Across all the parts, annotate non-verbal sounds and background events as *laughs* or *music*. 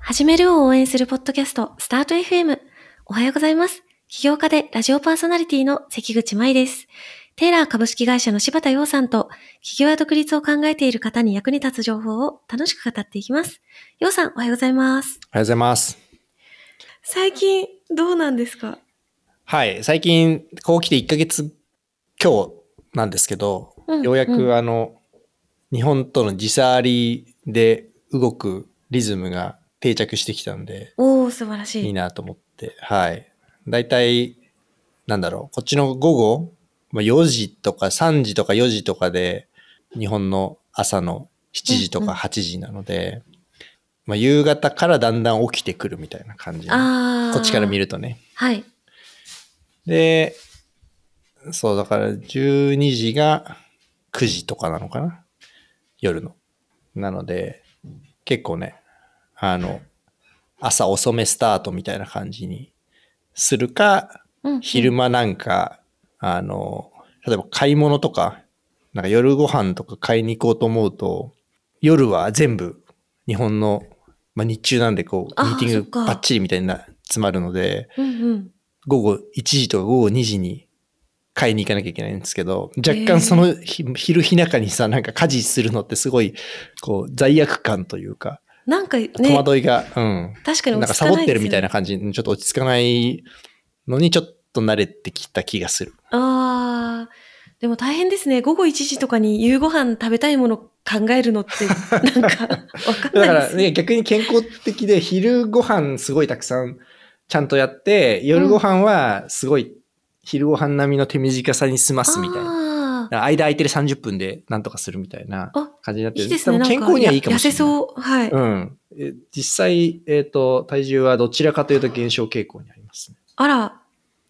始めるを応援するポッドキャスト、スタート FM。おはようございます。起業家でラジオパーソナリティの関口舞です。テーラー株式会社の柴田洋さんと、企業や独立を考えている方に役に立つ情報を楽しく語っていきます。洋さん、おはようございます。おはようございます。最近、どうなんですかはい、最近、こう来て1ヶ月今日なんですけど、うんようやうんくあの、日本との時差ありで動くリズムが定着してきたんで、おー、素晴らしい。いいなと思って、はい。だいたい、なんだろう、こっちの午後、まあ4時とか3時とか4時とかで、日本の朝の7時とうんうかん8時なので、まあ夕方からだんだん起きてくるみたいな感じ。こあーっちから見るとね。はい。で、そう、だから12時が9時とかなのかな夜の。なので、結構ね、あの、朝遅めスタートみたいな感じにするか、うん昼間なんか、あの、例えば買い物とか、なんか夜ご飯とか買いに行こうと思うと、夜は全部日本の、まあ、日中なんでこう、あーミーティそンっグかバッチリみたいにな詰まるので、うんうん。午後1時とか午後2時に買いに行かなきゃいけないんですけど、若へー干その日昼日中にさ、なんか家事するのってすごい、こう、罪悪感というか、なんかね、戸惑いが、うん。確かにな落んかち着サかボなっいですよねてるみたいな感じに、ちょっと落ち着かないのに、ちょっと慣れてきた気がする。ああ、でも大変ですね。午後1時とかに夕ご飯食べたいもの考えるの *laughs* って、なんか、わかんだかないら、ですね。ね、逆に健康的で、昼ご飯すごいたくさんちゃんとやって、夜ご飯はすごい、昼ご飯並みの手短さに済ますみたいな。なだ。から間空いてる30分でなんとかするみたいなあ感じになってるいいですね。多なん分健か康にはいいかもしれ痩せない。そう。はい。うん。え実際、えっ、と、体重はどちらかというと減少傾向にありますね。あら、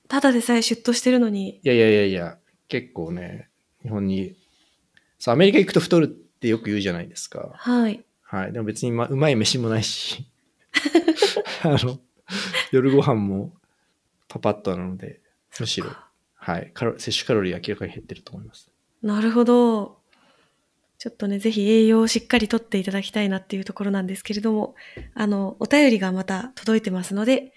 ただでさえシュッとしてるのに。いやいやいやいや、結構ね、日本に、そう、アメリカ行くと太るってよく言うじゃないですか。はい。はい。でも別に、ま、うまい飯もな *laughs* いし、あの、夜ご飯もパパッとなので、むしろ、はい。カロ摂取カロリー明らかに減ってると思います。なるほど。ちょっとね、ぜひ栄養をしっかりとっていただきたいなっていうところなんですけれども、あの、お便りがまた届いてますので、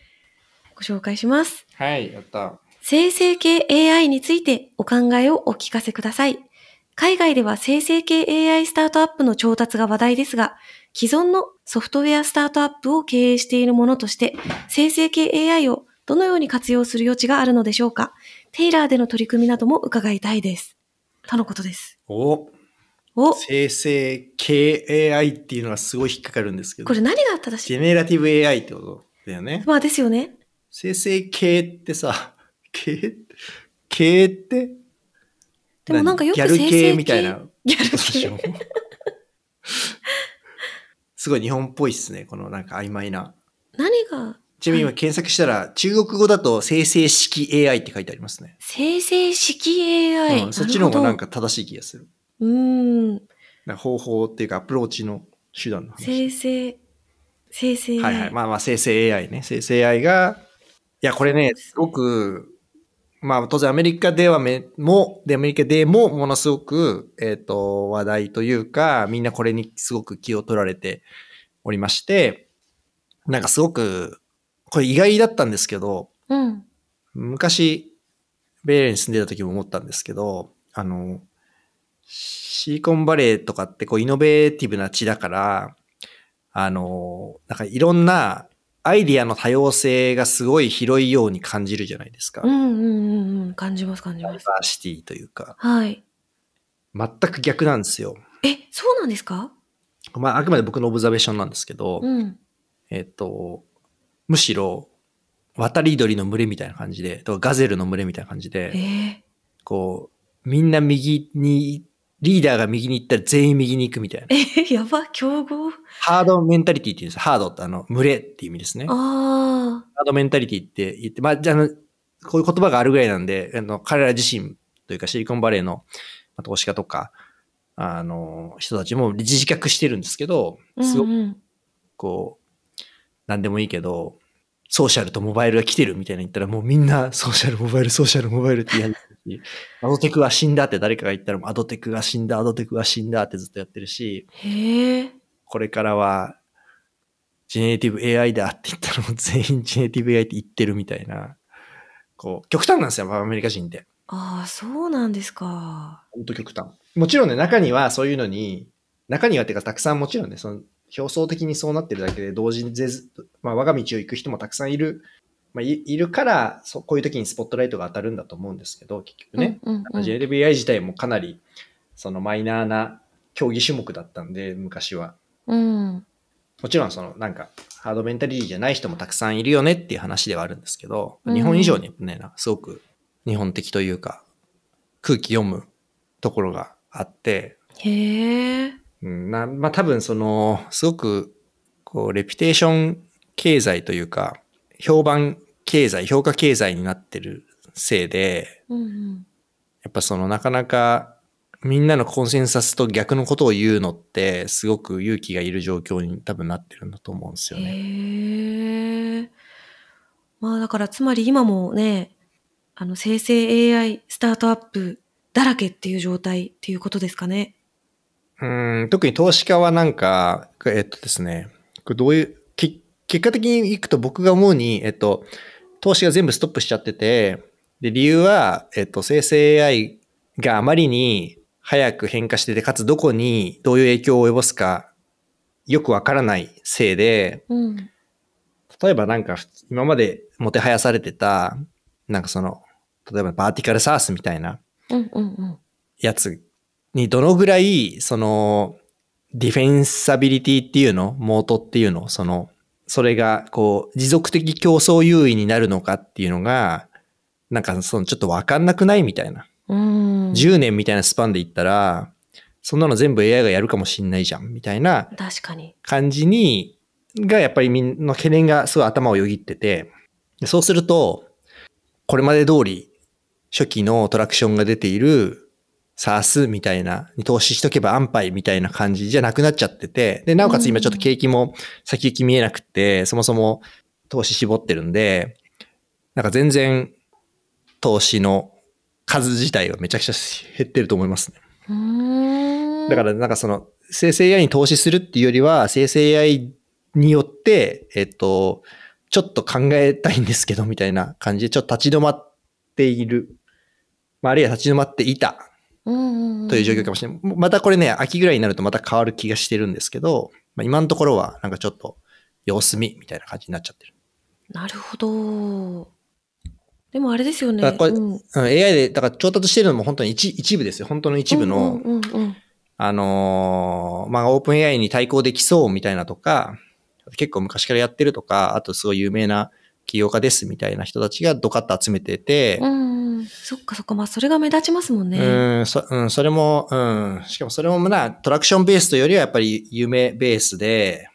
ご紹介します。はい、やった。生成系 AI についてお考えをお聞かせください。海外では生成系 AI スタートアップの調達が話題ですが、既存のソフトウェアスタートアップを経営しているものとして、生成系 AI をどのように活用する余地があるのでしょうかテイラーでの取り組みなども伺いたいです。とのことです。おお、こ生成系 AI っていうのはすごい引っかかるんですけど、れ何が正しジいェネラティブ AI ってことだよね。まあですよね。生成系ってさ、 *laughs* 系系ってでもなんかよく何ギャル生成系系みたいなこギャとル *laughs* でしょ系。。 *laughs* すごい日本っぽいっすね、このなんか曖昧な。何がちなみに今検索したら、中国語だと生成式 AI って書いてありますね。生成式 AI、うん、そっちの方がなんか。か正しい気がする。うーん。なんか方法っていうかアプローチの手段の話。生成、生成。はいはい。まあまあ、生成 AI ね。生成 AI が、いや、これね、すごく、まあ当然アメリカではめ、も、で、アメリカでもものすごく、えっ、と、話題というか、みんなこれにすごく気を取られておりまして、なんかすごく、これ意外だったんですけど、うん。昔、ベイレーに住んでた時も思ったんですけど、あの、シリコンバレーとかってこうイノベーティブな地だから、あの、なんかいろんなアイディアの多様性がすごい広いように感じるじゃないですか。うダイんうんうんうん。感じます感じバまーす。シティというか、はい。全く逆なんですよ。え、そうなんですかまああくまで僕のオブザベーションなんですけど、うん。えっと、むしろ、渡り鳥の群れみたいな感じで、とかガゼルの群れみたいな感じでえ、ー、こう、みんな右に、リーダーが右に行ったら全員右に行くみたいな。え *laughs* やば、競合。ハードメンタリティって言うんですハードってあの、群れっていう意味ですね。ハああ。ードメンタリティって言って、まあ、じゃああの、こういう言葉があるぐらいなんで、あの、彼ら自身というかシリコンバレーの、まあ、投資家とか、あの、人たちも自覚してるんですけど、すごうくんうん、こう、なんでもいいけど、ソーシャルとモバイルが来てるみたいな言ったら、もうみんな *laughs* ソーシャル、モバイル、ソーシャル、モバイルって言い始めるし、 *laughs* アドテクは死んだって誰かが言ったら、もうアドテクが死んだ、アドテクが死んだってずっとやってるし、へえ。これからは、ジェネリティブ AI だって言ったらもう全員ジェネリティブ AI って言ってるみたいな、こう、極端なんですよ、アメリカ人って。ああ、そうなんですか。ほんと極端。もちろんね、中にはそういうのに、中にはっていうかたくさんもちろんね、その表層的にそうなってるだけで、同時にぜず、まあ、我が道を行く人もたくさんいる、まあ、いいるからそ、こういう時にスポットライトが当たるんだと思うんですけど、結局ね、うんうんあの JLBI 自体もかなりそのマイナーな競技種目だったんで昔はうん。うん。もちろんそのなんかハードメンタリティじゃない人もたくさんいるよねっていう話ではあるんですけど、うん日本以上にねなんかすごく日本的というか空気読むところがあって、へえ。うんなまあ、多分そのすごくこうレピュテーション経済というか評判経済評価経済になってるせいでうんうん。やっぱそのなかなかみんなのコンセンサスと逆のことを言うのってすごく勇気がいる状況に多分なってるんだと思うんですよね。へえ。まあだからつまり今もね、あの生成 AI スタートアップだらけっていう状態っていうことですかね。うん特に投資家はなんか、えっとですね、これどういう、け結果的にいくと僕が思うに、えっと、投資が全部ストップしちゃってて、で、理由は、えっと、生成 AI があまりに早く変化してて、かつどこにどういう影響を及ぼすかよくわからないせいで、うん。例えばなんか、今までもてはやされてた、なんかその、例えばバーティカルサースみたいなうんうんうん。やつにどのぐらい、その、ディフェンサビリティっていうの、モートっていうの、その、それが、こう、持続的競争優位になるのかっていうのが、なんかその、ちょっとわかんなくないみたいな。うん。 10年みたいなスパンでいったら、そんなの全部 AI がやるかもしんないじゃん、みたいな確かに。感じに、がやっぱりみんな懸念がすごい頭をよぎってて、でそうすると、これまで通り初期のトラクションが出ている SARS みたいな、に投資しとけば安牌みたいな感じじゃなくなっちゃってて、で、なおかつ今ちょっと景気も先行き見えなくて、そもそも投資絞ってるんで、なんか全然投資の数自体はめちゃくちゃ減ってると思いますね。うーん。だからなんかその生成 AI に投資するっていうよりは生成 AI によって、えっと、ちょっと考えたいんですけどみたいな感じでちょっと立ち止まっている。まあ、あるいは立ち止まっていたうんうんうん、という状況かも。もしれない。またこれね、秋ぐらいになるとまた変わる気がしてるんですけど、まあ、今のところはなんかちょっと様子見みたいな感じになっちゃってる。なるほど。でもあれですよね。だからこうれんうん AI で、だから調達してるのも本当に一一部ですよ。本当の一部の、うんうんうんあのーまあ、オープン AI に対抗できそうみたいなとか、結構昔からやってるとか、あとすごい有名な起業家ですみたいな人たちがドカッと集めてて、うんうんうん。そっかそっか。まあそれが目立ちますもんうね。ん、そうん、それも、うん、しかもそれもな、トラクションベースというよりはやっぱり夢ベースで、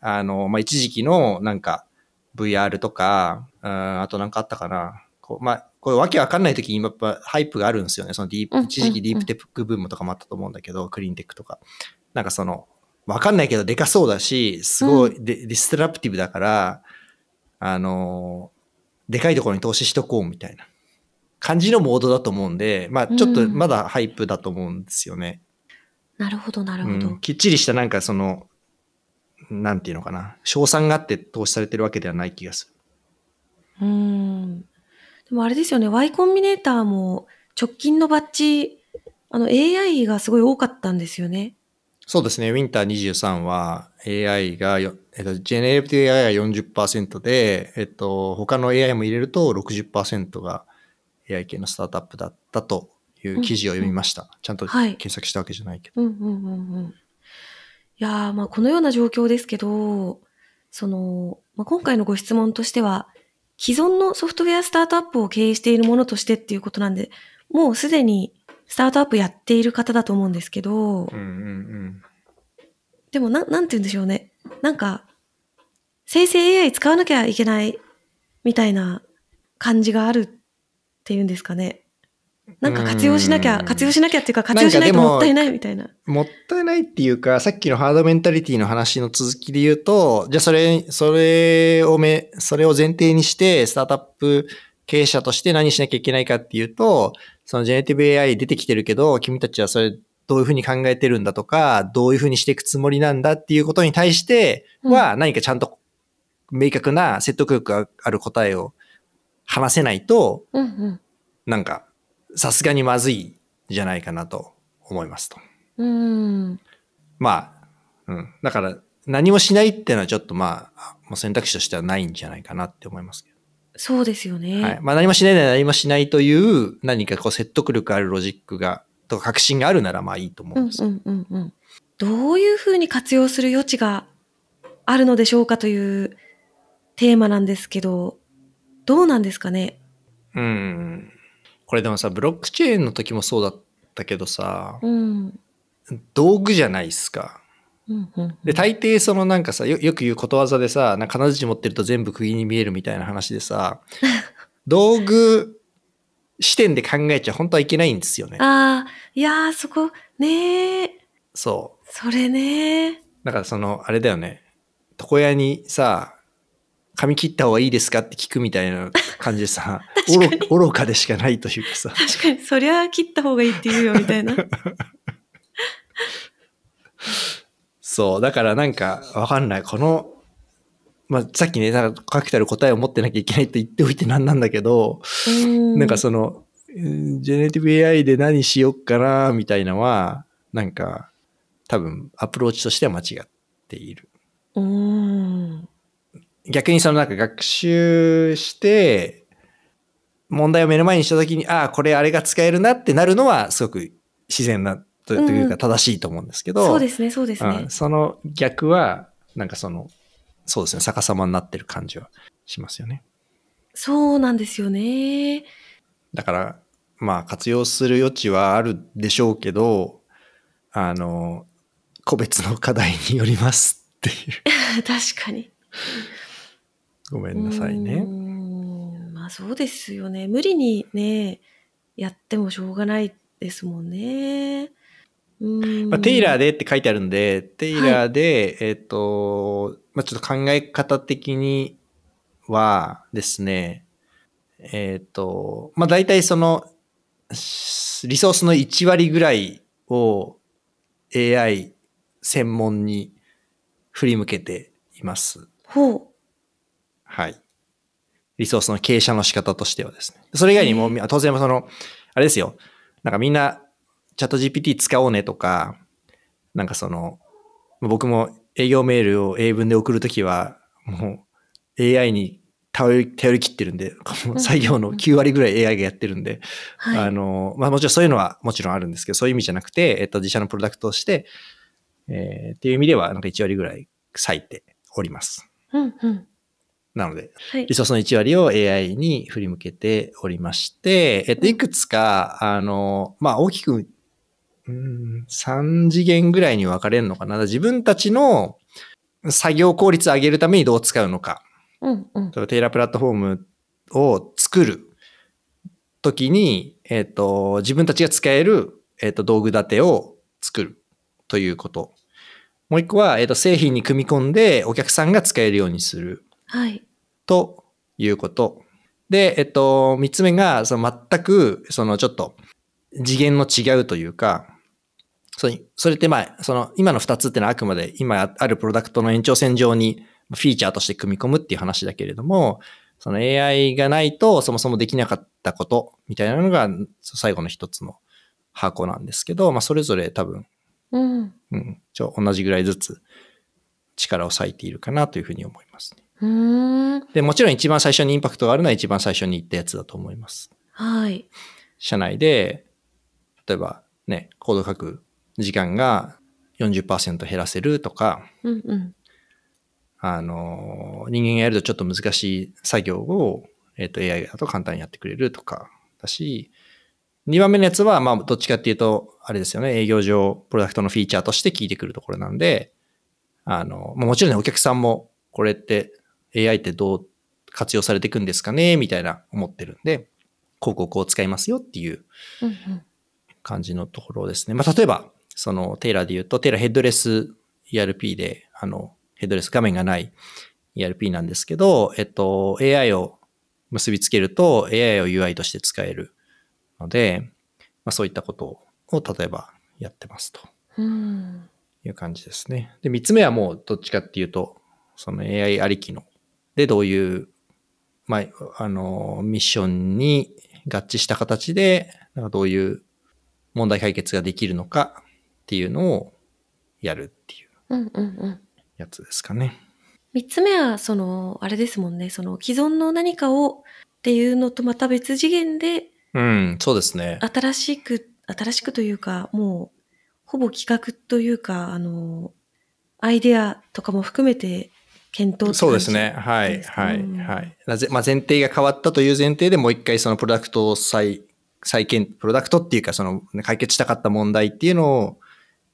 あの、まあ、一時期のなんか VR とか、うん、あとなんかあったかな。こう、まあ、こういうわけわかんない時にやっぱハイプがあるんですよね。そのディープ、うん一時期ディーうんうプんテックブームとかもあったと思うんだけど、クリーンテックとか。なんかその、わかんないけどでかそうだし、すごいデ,、ディストラプティブだから、あの、でかいところに投資しとこうみたいな感じのモードだと思うんで、まあちょっとまだハイプだと思うんですよね。なるほどなるうほど。ん、きっちりしたなんかその、なんていうのかな、賞賛があって投資されてるわけではない気がすうーん。でもあれですよね、Y コンビネーターも直近のバッジ、あの AI がすごい多かったんですよね。る。そうですね、ウィンター23は AI がよ、えっと、ジェネレーティブ AI は40%で、えっと、他の AI も入れると60%が AI 系のスタートアップだったという記事を読みました。ちゃんとはい検索したわけじゃないけど。うんうんうんうん。いやー、まあこのような状況ですけど、その、まあ、今回のご質問としては、既存のソフトウェアスタートアップを経営しているものとしてっていうことなんで、もうすでにスタートアップやっている方だと思うんですけど、うんうんうん。でもな、なんて言うんでしょうね。なんか、生成 AI 使わなきゃいけないみたいな感じがあるっていうんですかね。なんか活用しなきうゃ、ん活用しなきゃっていうか、ん活用しないとなんかでももったいないみたいな。もったいないっていうか、さっきのハードメンタリティの話の続きで言うと、じゃあそれ、それをめ、それを前提にして、スタートアップ経営者として何しなきゃいけないかっていうと、そのジェネティブ AI 出てきてるけど、君たちはそれどういうふうに考えてるんだとか、どういうふうにしていくつもりなんだっていうことに対しては、何かちゃんと明確な説得力がある答えを話せないと、うんうん。なんか、さすがにまずいんじゃないかなと思いますと。うん。まあ、うん。だから、何もしないっていうのはちょっとまあ、もう選択肢としてはないんじゃないかなって思いますけど。そうですよね。はい。まあ何もしないなら何もしないという、何かこう説得力あるロジックが、とか確信があるならまあいいと思ううんんですけどうんうんうん。どういうふうに活用する余地があるのでしょうかというテーマなんですけど、どうなんですかねうん。これでもさ、ブロックチェーンの時もそうだったけどさ、うん。道具じゃないっすか。うんうんで、大抵そのなんかさ、よよく言うことわざでさ、なんか金槌持ってると全部釘に見えるみたいな話で *laughs* さ、道具視点で考えちゃ本当はいけないんですよね。ああ、いやー、そこ、ねえ、そそれねう。だからその、あれだよね。床屋にさ、髪切った方がいいですかって聞くみたいな感じ *laughs* でさ、愚か愚かでしかないというかさ。確かに、そりゃ切った方がいいって言うよ、みたい *laughs* な。そう、だからなんか、わかんない。この、まあ、さっきね、なんか確たる答えを持ってなきゃいけないと言っておいてなんなんだけど、うんなんかその、うんジェネリティブ AI で何しよっかな、みたいなのは、なんか、多分、アプローチとしては間違っている。うん。逆にそのなんか学習して、問題を目の前にしたときに、ああ、これあれが使えるなってなるのは、すごく自然な、とといううかん正しいと思うんですけど、そうですね、そうですねうん、。その逆は、なんかその、そうですね、逆さまになってる感じはしますよね。そうなんですよね。だから、まあ、活用する余地はあるでしょうけど、あの、個別の課題によりますっていう。確かに。ごめんなさいうね。ーんまあそうですよね。無理にね、やってもしょうがないですもんね。うんまあ、テイラーで。でって書いてあるんで、テイラーで、えっ、と、まあ、ちょっと考え方的にはですね、えっ、と、まあ、大体その、しリソースの1割ぐらいを AI 専門に振り向けています。ほはい。リソースの傾斜の仕方としてはですね。それ以外にも、み当然その、あれですよ。なんかみんな、チャット GPT 使おうねとか、なんかその、僕も営業メールを英文で送るときは、もう AI に頼り、頼り切ってるんで、この作業の9割ぐらい AI がやってるんで、う。はあい。の、まあもちろんそういうのはもちろんあるんですけど、そういう意味じゃなくて、えっと、自社のプロダクトとして、えーっていう意味では、なんか1割ぐらい割いております。うんうん。なので、はいリ。ソースの1割を AI に振り向けておりまして、えっと、いくつか、あの、まあ、大きく、うん、3次元ぐらいに分かれるのかな。自分たちの作業効率を上げるためにどう使うのか。うんうん。例えばテイラープラットフォームを作るときに、えっと、自分たちが使える、えっと、道具立てを作るということ。もう一個は、えっと、製品に組み込んでお客さんが使えるようにする。はい。ということ。で、えっと、三つ目が、その全く、そのちょっと、次元の違うというか、それそれってまあ、その今の二つってのはあくまで今あるプロダクトの延長線上にフィーチャーとして組み込むっていう話だけれども、その AI がないとそもそもできなかったことみたいなのが最後の一つの箱なんですけど、まあそれぞれ多分、うん。うん、ちょ同じぐらいずつ力を割いているかなというふうに思いますね。うーん。で、もちろん一番最初にインパクトがあるのは一番最初に言ったやつだと思います。はい。社内で、例えばね、コード書く時間が40%減らせるとか、うんうん。あの、人間がやるとちょっと難しい作業を、えっ、と、AI だと簡単にやってくれるとかだし、2番目のやつは、まあ、どっちかっていうと、あれですよね、営業上、プロダクトのフィーチャーとして効いてくるところなんで、あの、まあもちろんね、お客さんも、これって AI ってどう活用されていくんですかね、みたいな思ってるんで、こうこうこう使いますよっていううんうん。感じのところですね。まあ、例えば、そのテイラーで言うと、テイラーヘッドレス ERP で、あの、ヘッドレス画面がない ERP なんですけど、えっと、AI を結びつけると AI を UI として使えるので、まあ、そういったことを、例えばやってますとうん。いう感じですね。で、3つ目はもうどっちかっていうと、その AI ありきの、で、どういう、まあ、あの、ミッションに合致した形で、なんかどういう問題解決ができるのかっていうのをやるっていううんうんうん。やつですかね。三つ目は、その、あれですもんね、その既存の何かをっていうのとまた別次元で、うん、そうですね。新しく、新しくというか、もう、ほぼ企画というか、あの、アイデアとかも含めて検討って感じそうですね。。はい、ですねはうい、んはい。なぜ、まあ、前提が変わったという前提でもう一回そのプロダクトを再、再建、プロダクトっていうかその解決したかった問題っていうのを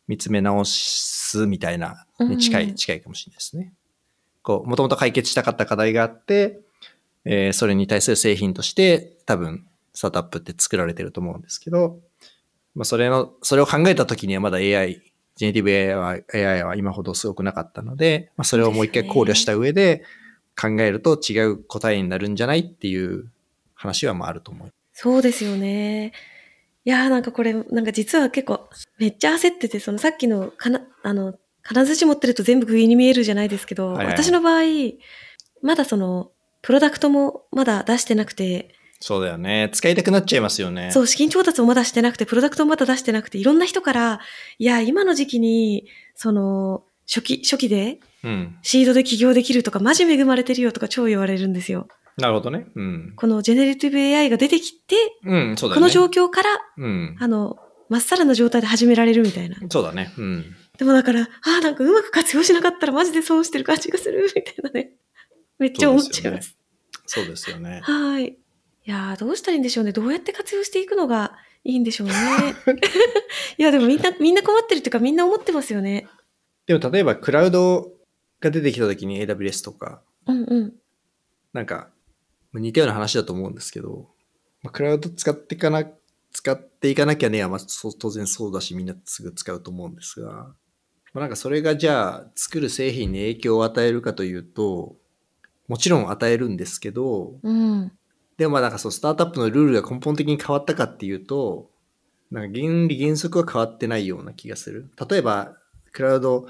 見つめ直すみたいな、うんに近い、近いかもしれないですね。こう、もともと解決したかった課題があって、えーそれに対する製品として多分スタートアップって作られてると思うんですけど、まあ、それの、それを考えた時にはまだ AI、ジェネティブ AI は AI は今ほどすごくなかったので、まあ、それをもう一回考慮した上で考えると違う答えになるんじゃないっていう話はまああると思う。そうですよね。いやーなんかこれ、なんか実は結構、めっちゃ焦ってて、そのさっきの、かな、あの、金槌持ってると全部不意に見えるじゃないですけど、はいはい私の場合、まだその、プロダクトもまだ出してなくて、そうだよね。使いたくなっちゃいますよね。そう、資金調達もまだしてなくて、プロダクトもまだ出してなくて、いろんな人から、いや、今の時期に、その、初期、初期で、うん。シードで起業できるとか、マジ恵まれてるよとか超言われるんですよ。なるほどね。うん。このジェネリティブ AI が出てきて、うん、そうだこね。の状況から、うん。あの、まっさらな状態で始められるみたいな。そうだね。うん。でもだから、ああ、なんかうまく活用しなかったらマジで損してる感じがする、みたいなね。めっちゃ思っちゃいます。そうですよね。はい。いやーどうしたらいいんでしょうね。どうやって活用していくのがいいんでし *laughs* ょうね。いや、でもみんな、みんな困ってるっていうか、みんな思ってますよね。でも例えばクラウドが出てきた時に AWS とか、うんうん。なんかまあ似たような話だと思うんですけど、まあ、クラウド使っていかな、使っていかなきゃね、まあ、そう当然そうだし、みんなすぐ使うと思うんですが、まあ、なんかそれがじゃあ作る製品に影響を与えるかというと、もちろん与えるんですけど、うん。でもまあなんかそうスタートアップのルールが根本的に変わったかっていうと、なんか原理原則は変わってないような気がする。例えば、クラウド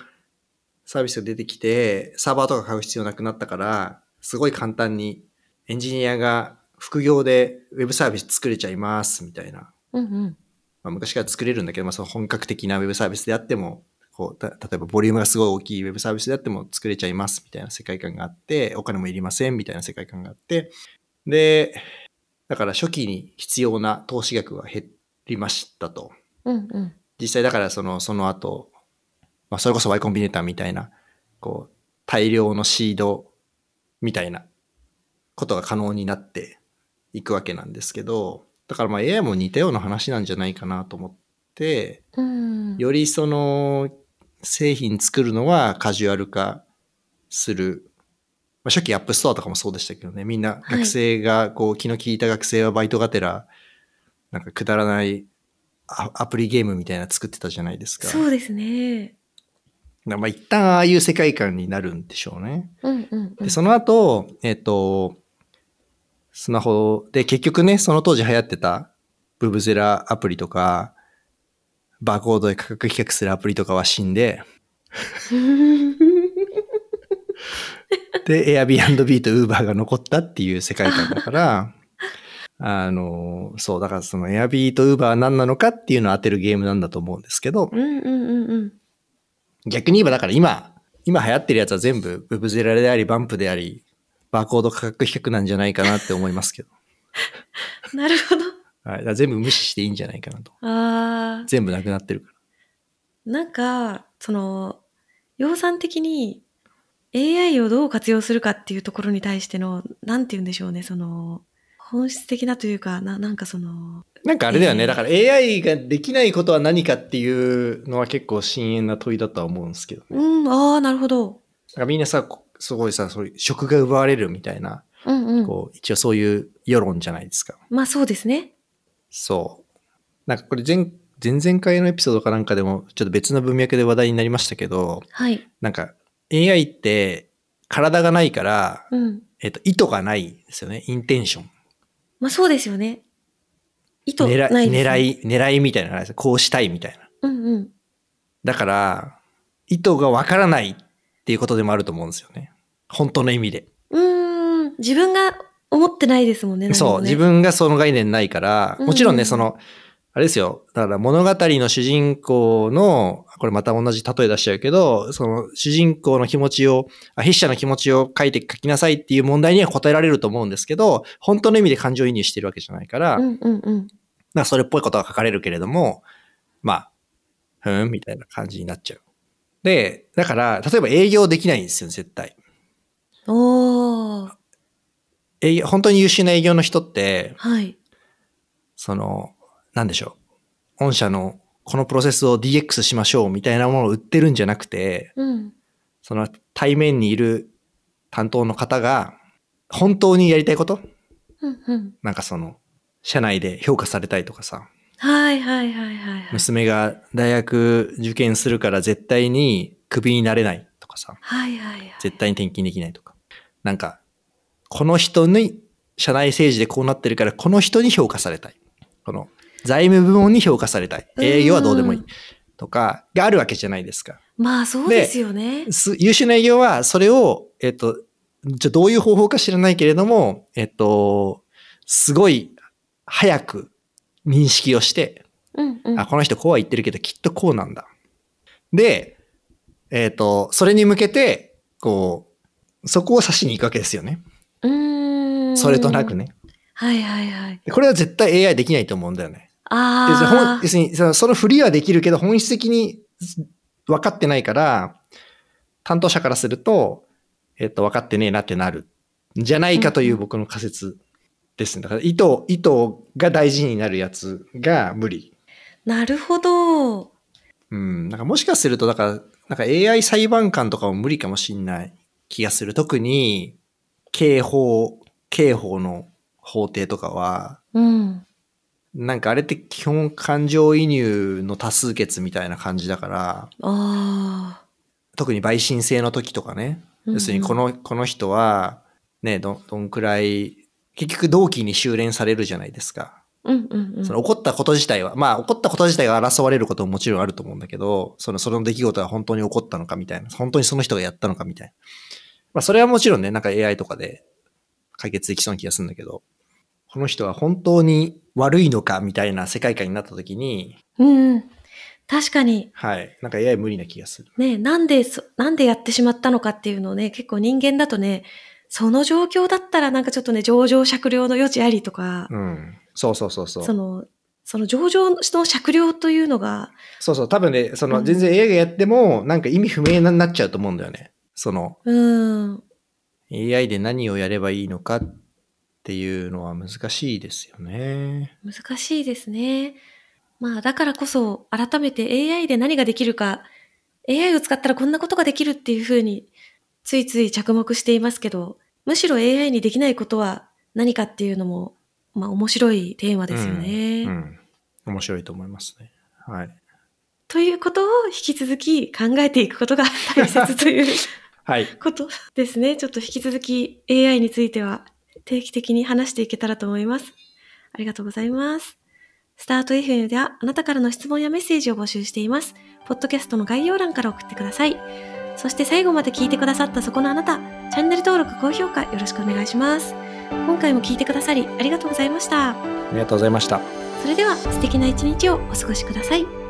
サービスが出てきて、サーバーとか買う必要なくなったから、すごい簡単にエンジニアが副業でウェブサービス作れちゃいますみたいな。うんうん。まあ、昔から作れるんだけど、まあ、その本格的なウェブサービスであっても、こうた例えばボリュームがすごい大きいウェブサービスであっても作れちゃいますみたいな世界観があって、お金もいりませんみたいな世界観があって、で、だから初期に必要な投資額が減りましたと。うんうん。実際だからその、その後、まあ、それこそ Y コンビネーターみたいな、こう、大量のシードみたいなことが可能になっていくわけなんですけど、だからまあ AI も似たような話なんじゃないかなと思って、うん。よりその製品作るのはカジュアル化する。まあ、初期アップストアとかもそうでしたけどね、みんなはい学生が、こう、気の利いた学生はバイトがてら、なんかくだらないアアプリゲームみたいなの作ってたじゃないですか。そうですね。だからまあ一旦ああいう世界観になるんでしょうね。うんうん、うん。で、その後、えっ、と、スマホで結局ね、その当時流行ってたブブゼラアプリとか、バーコードで価格比較するアプリとかは死んで、で、Airbnb と Uber が残ったっていう世界観だから、 *laughs* あの、そう、だからその Airb と Uber は何なのかっていうのを当てるゲームなんだと思うんですけど、うんうんうんうん。逆に言えばだから今、今流行ってるやつは全部ブブゼラであり、バンプであり、バーコード価格比較なんじゃないかなって思いますけど。なるほど。はい、だから全部無視していいんじゃないかなと。ああ。全部なくなってるかなんか、その、量産的に AI をどう活用するかっていうところに対しての、なんて言うんでしょうね、その、本質的なというか、ななんかその、ら。なんかあれだよね、えーだから AI ができないことは何かっていうのは結構深淵な問いだとは思うんですけどね。うん、ああ、なるほど。だからみんなさ、こすごいさ、そういう職が奪われるみたいな、うんうん。こう、一応そういう世論じゃないですか。まあそうですね。そう。なんかこれ前、前々回のエピソードかなんかでも、ちょっと別の文脈で話題になりましたけど、はい。なんか AI って体がないから、うん。えっと、意図がないんですよね。インテンション。まあそうですよね。意図狙ないい、です、ね。狙い、狙いみたいなのがないです。こうしたいみたいな。うんうん。だから、意図がわからないっていうことでもあると思うんですよね。本当の意味で。うーん、自分が思ってないですもんね。何もねそう、自。分がその概念ないから、もちろんうね、んその、あれですよ。だから物語の主人公の、これまた同じ例え出しちゃうけど、その主人公の気持ちを、あ筆者の気持ちを書いて書きなさいっていう問題には答えられると思うんですけど、本当の意味で感情移入してるわけじゃないから、うんうんうん。まあそれっぽいことが書かれるけれども、まあ、ふーんみたいな感じになっちゃう。で、だから、例えば営業できないんですよ、絶対。おー、営業、本当に優秀な営業の人って、はい。その、なんでしょう。御社のこのプロセスを DX しましょうみたいなものを売ってるんじゃなくて、うん。その対面にいる担当の方が、本当にやりたいことうんうん。なんかその、社内で評価されたいとかさ、はいはいはいはいはい。娘が大学受験するから絶対にクビになれないとかさ、はいはいはい。絶対に転勤できないとか。なんか、この人に、社内政治でこうなってるから、この人に評価されたい。この、財務部門に評価されたい。うん営業はどうでもいい。とか、があるわけじゃないですか。まあそうですよね。す優秀な営業は、それを、えっと、じゃあどういう方法か知らないけれども、えっと、すごい、早く認識をして、うんうん。あ、この人こうは言ってるけど、きっとこうなんだ。で、えっ、と、それに向けて、こう、そこを指しに行くわけですよね。うーん。それとなく。ね。はいはいはい。でこれは絶対 AI できないと思うんだよね。要するにあ本ー要。するにその、その振りはできるけど、本質的に分かってないから、担当者からすると、えっ、と、分かってねえなってなる。じゃないかという僕の仮説ですね。だから、意図、意図が大事になるやつが無理。なるほど。うん、なんかもしかすると、だから、なんか AI 裁判官とかも無理かもしんない気がする。特に、刑法、刑法の法廷とかは、うん。なんかあれって基本感情移入の多数決みたいな感じだから、ああ。特に陪審制の時とかね。うんうん要するにこの、この人は、ね、ど、どんくらい、結局同期に修練されるじゃないですか。うんうんうん。その怒ったこと自体は、まあ怒ったこと自体が争われることももちろんあると思うんだけど、その、その出来事は本当に起こったのかみたいな、本当にその人がやったのかみたいな。まあそれはもちろんね、なんか AI とかで解決できそうな気がするんだけど、この人は本当に悪いのかみたいな世界観になった時に、うんうん。確かに。はい、なんか AI 無理な気がする。ね、なんでそ、なんでやってしまったのかっていうのをね、結構人間だとね、その状況だったらなんかちょっとね、情状酌量の余地ありとか、うん。そうそうそうそう。その、その情状の酌量というのが、そうそう、多分ね、そうのん全然 AI がやっても、なんか意味不明になっちゃうと思うんだよね。その、うーん、 AI で何をやればいいのかっていうのは難しいですよね。難しいですね。まあ、だからこそ、改めて AI で何ができるか、AI を使ったらこんなことができるっていうふうに、ついつい着目していますけど、むしろ AI にできないことは何かっていうのも、まあ、面白いテーマですよね。うん。面白いと思いますね。はい。ということを引き続き考えていくことが大切というはい。ことですね。ちょっと引き続き AI については定期的に話していけたらと思います。ありがとうございます。スタート FM ではあなたからの質問やメッセージを募集しています。ポッドキャストの概要欄から送ってください。そして最後まで聞いてくださったそこのあなた、チャンネル登録、高評価よろしくお願いします。今回も聞いてくださりありがとうございました。ありがとうございました。それでは素敵な一日をお過ごしください。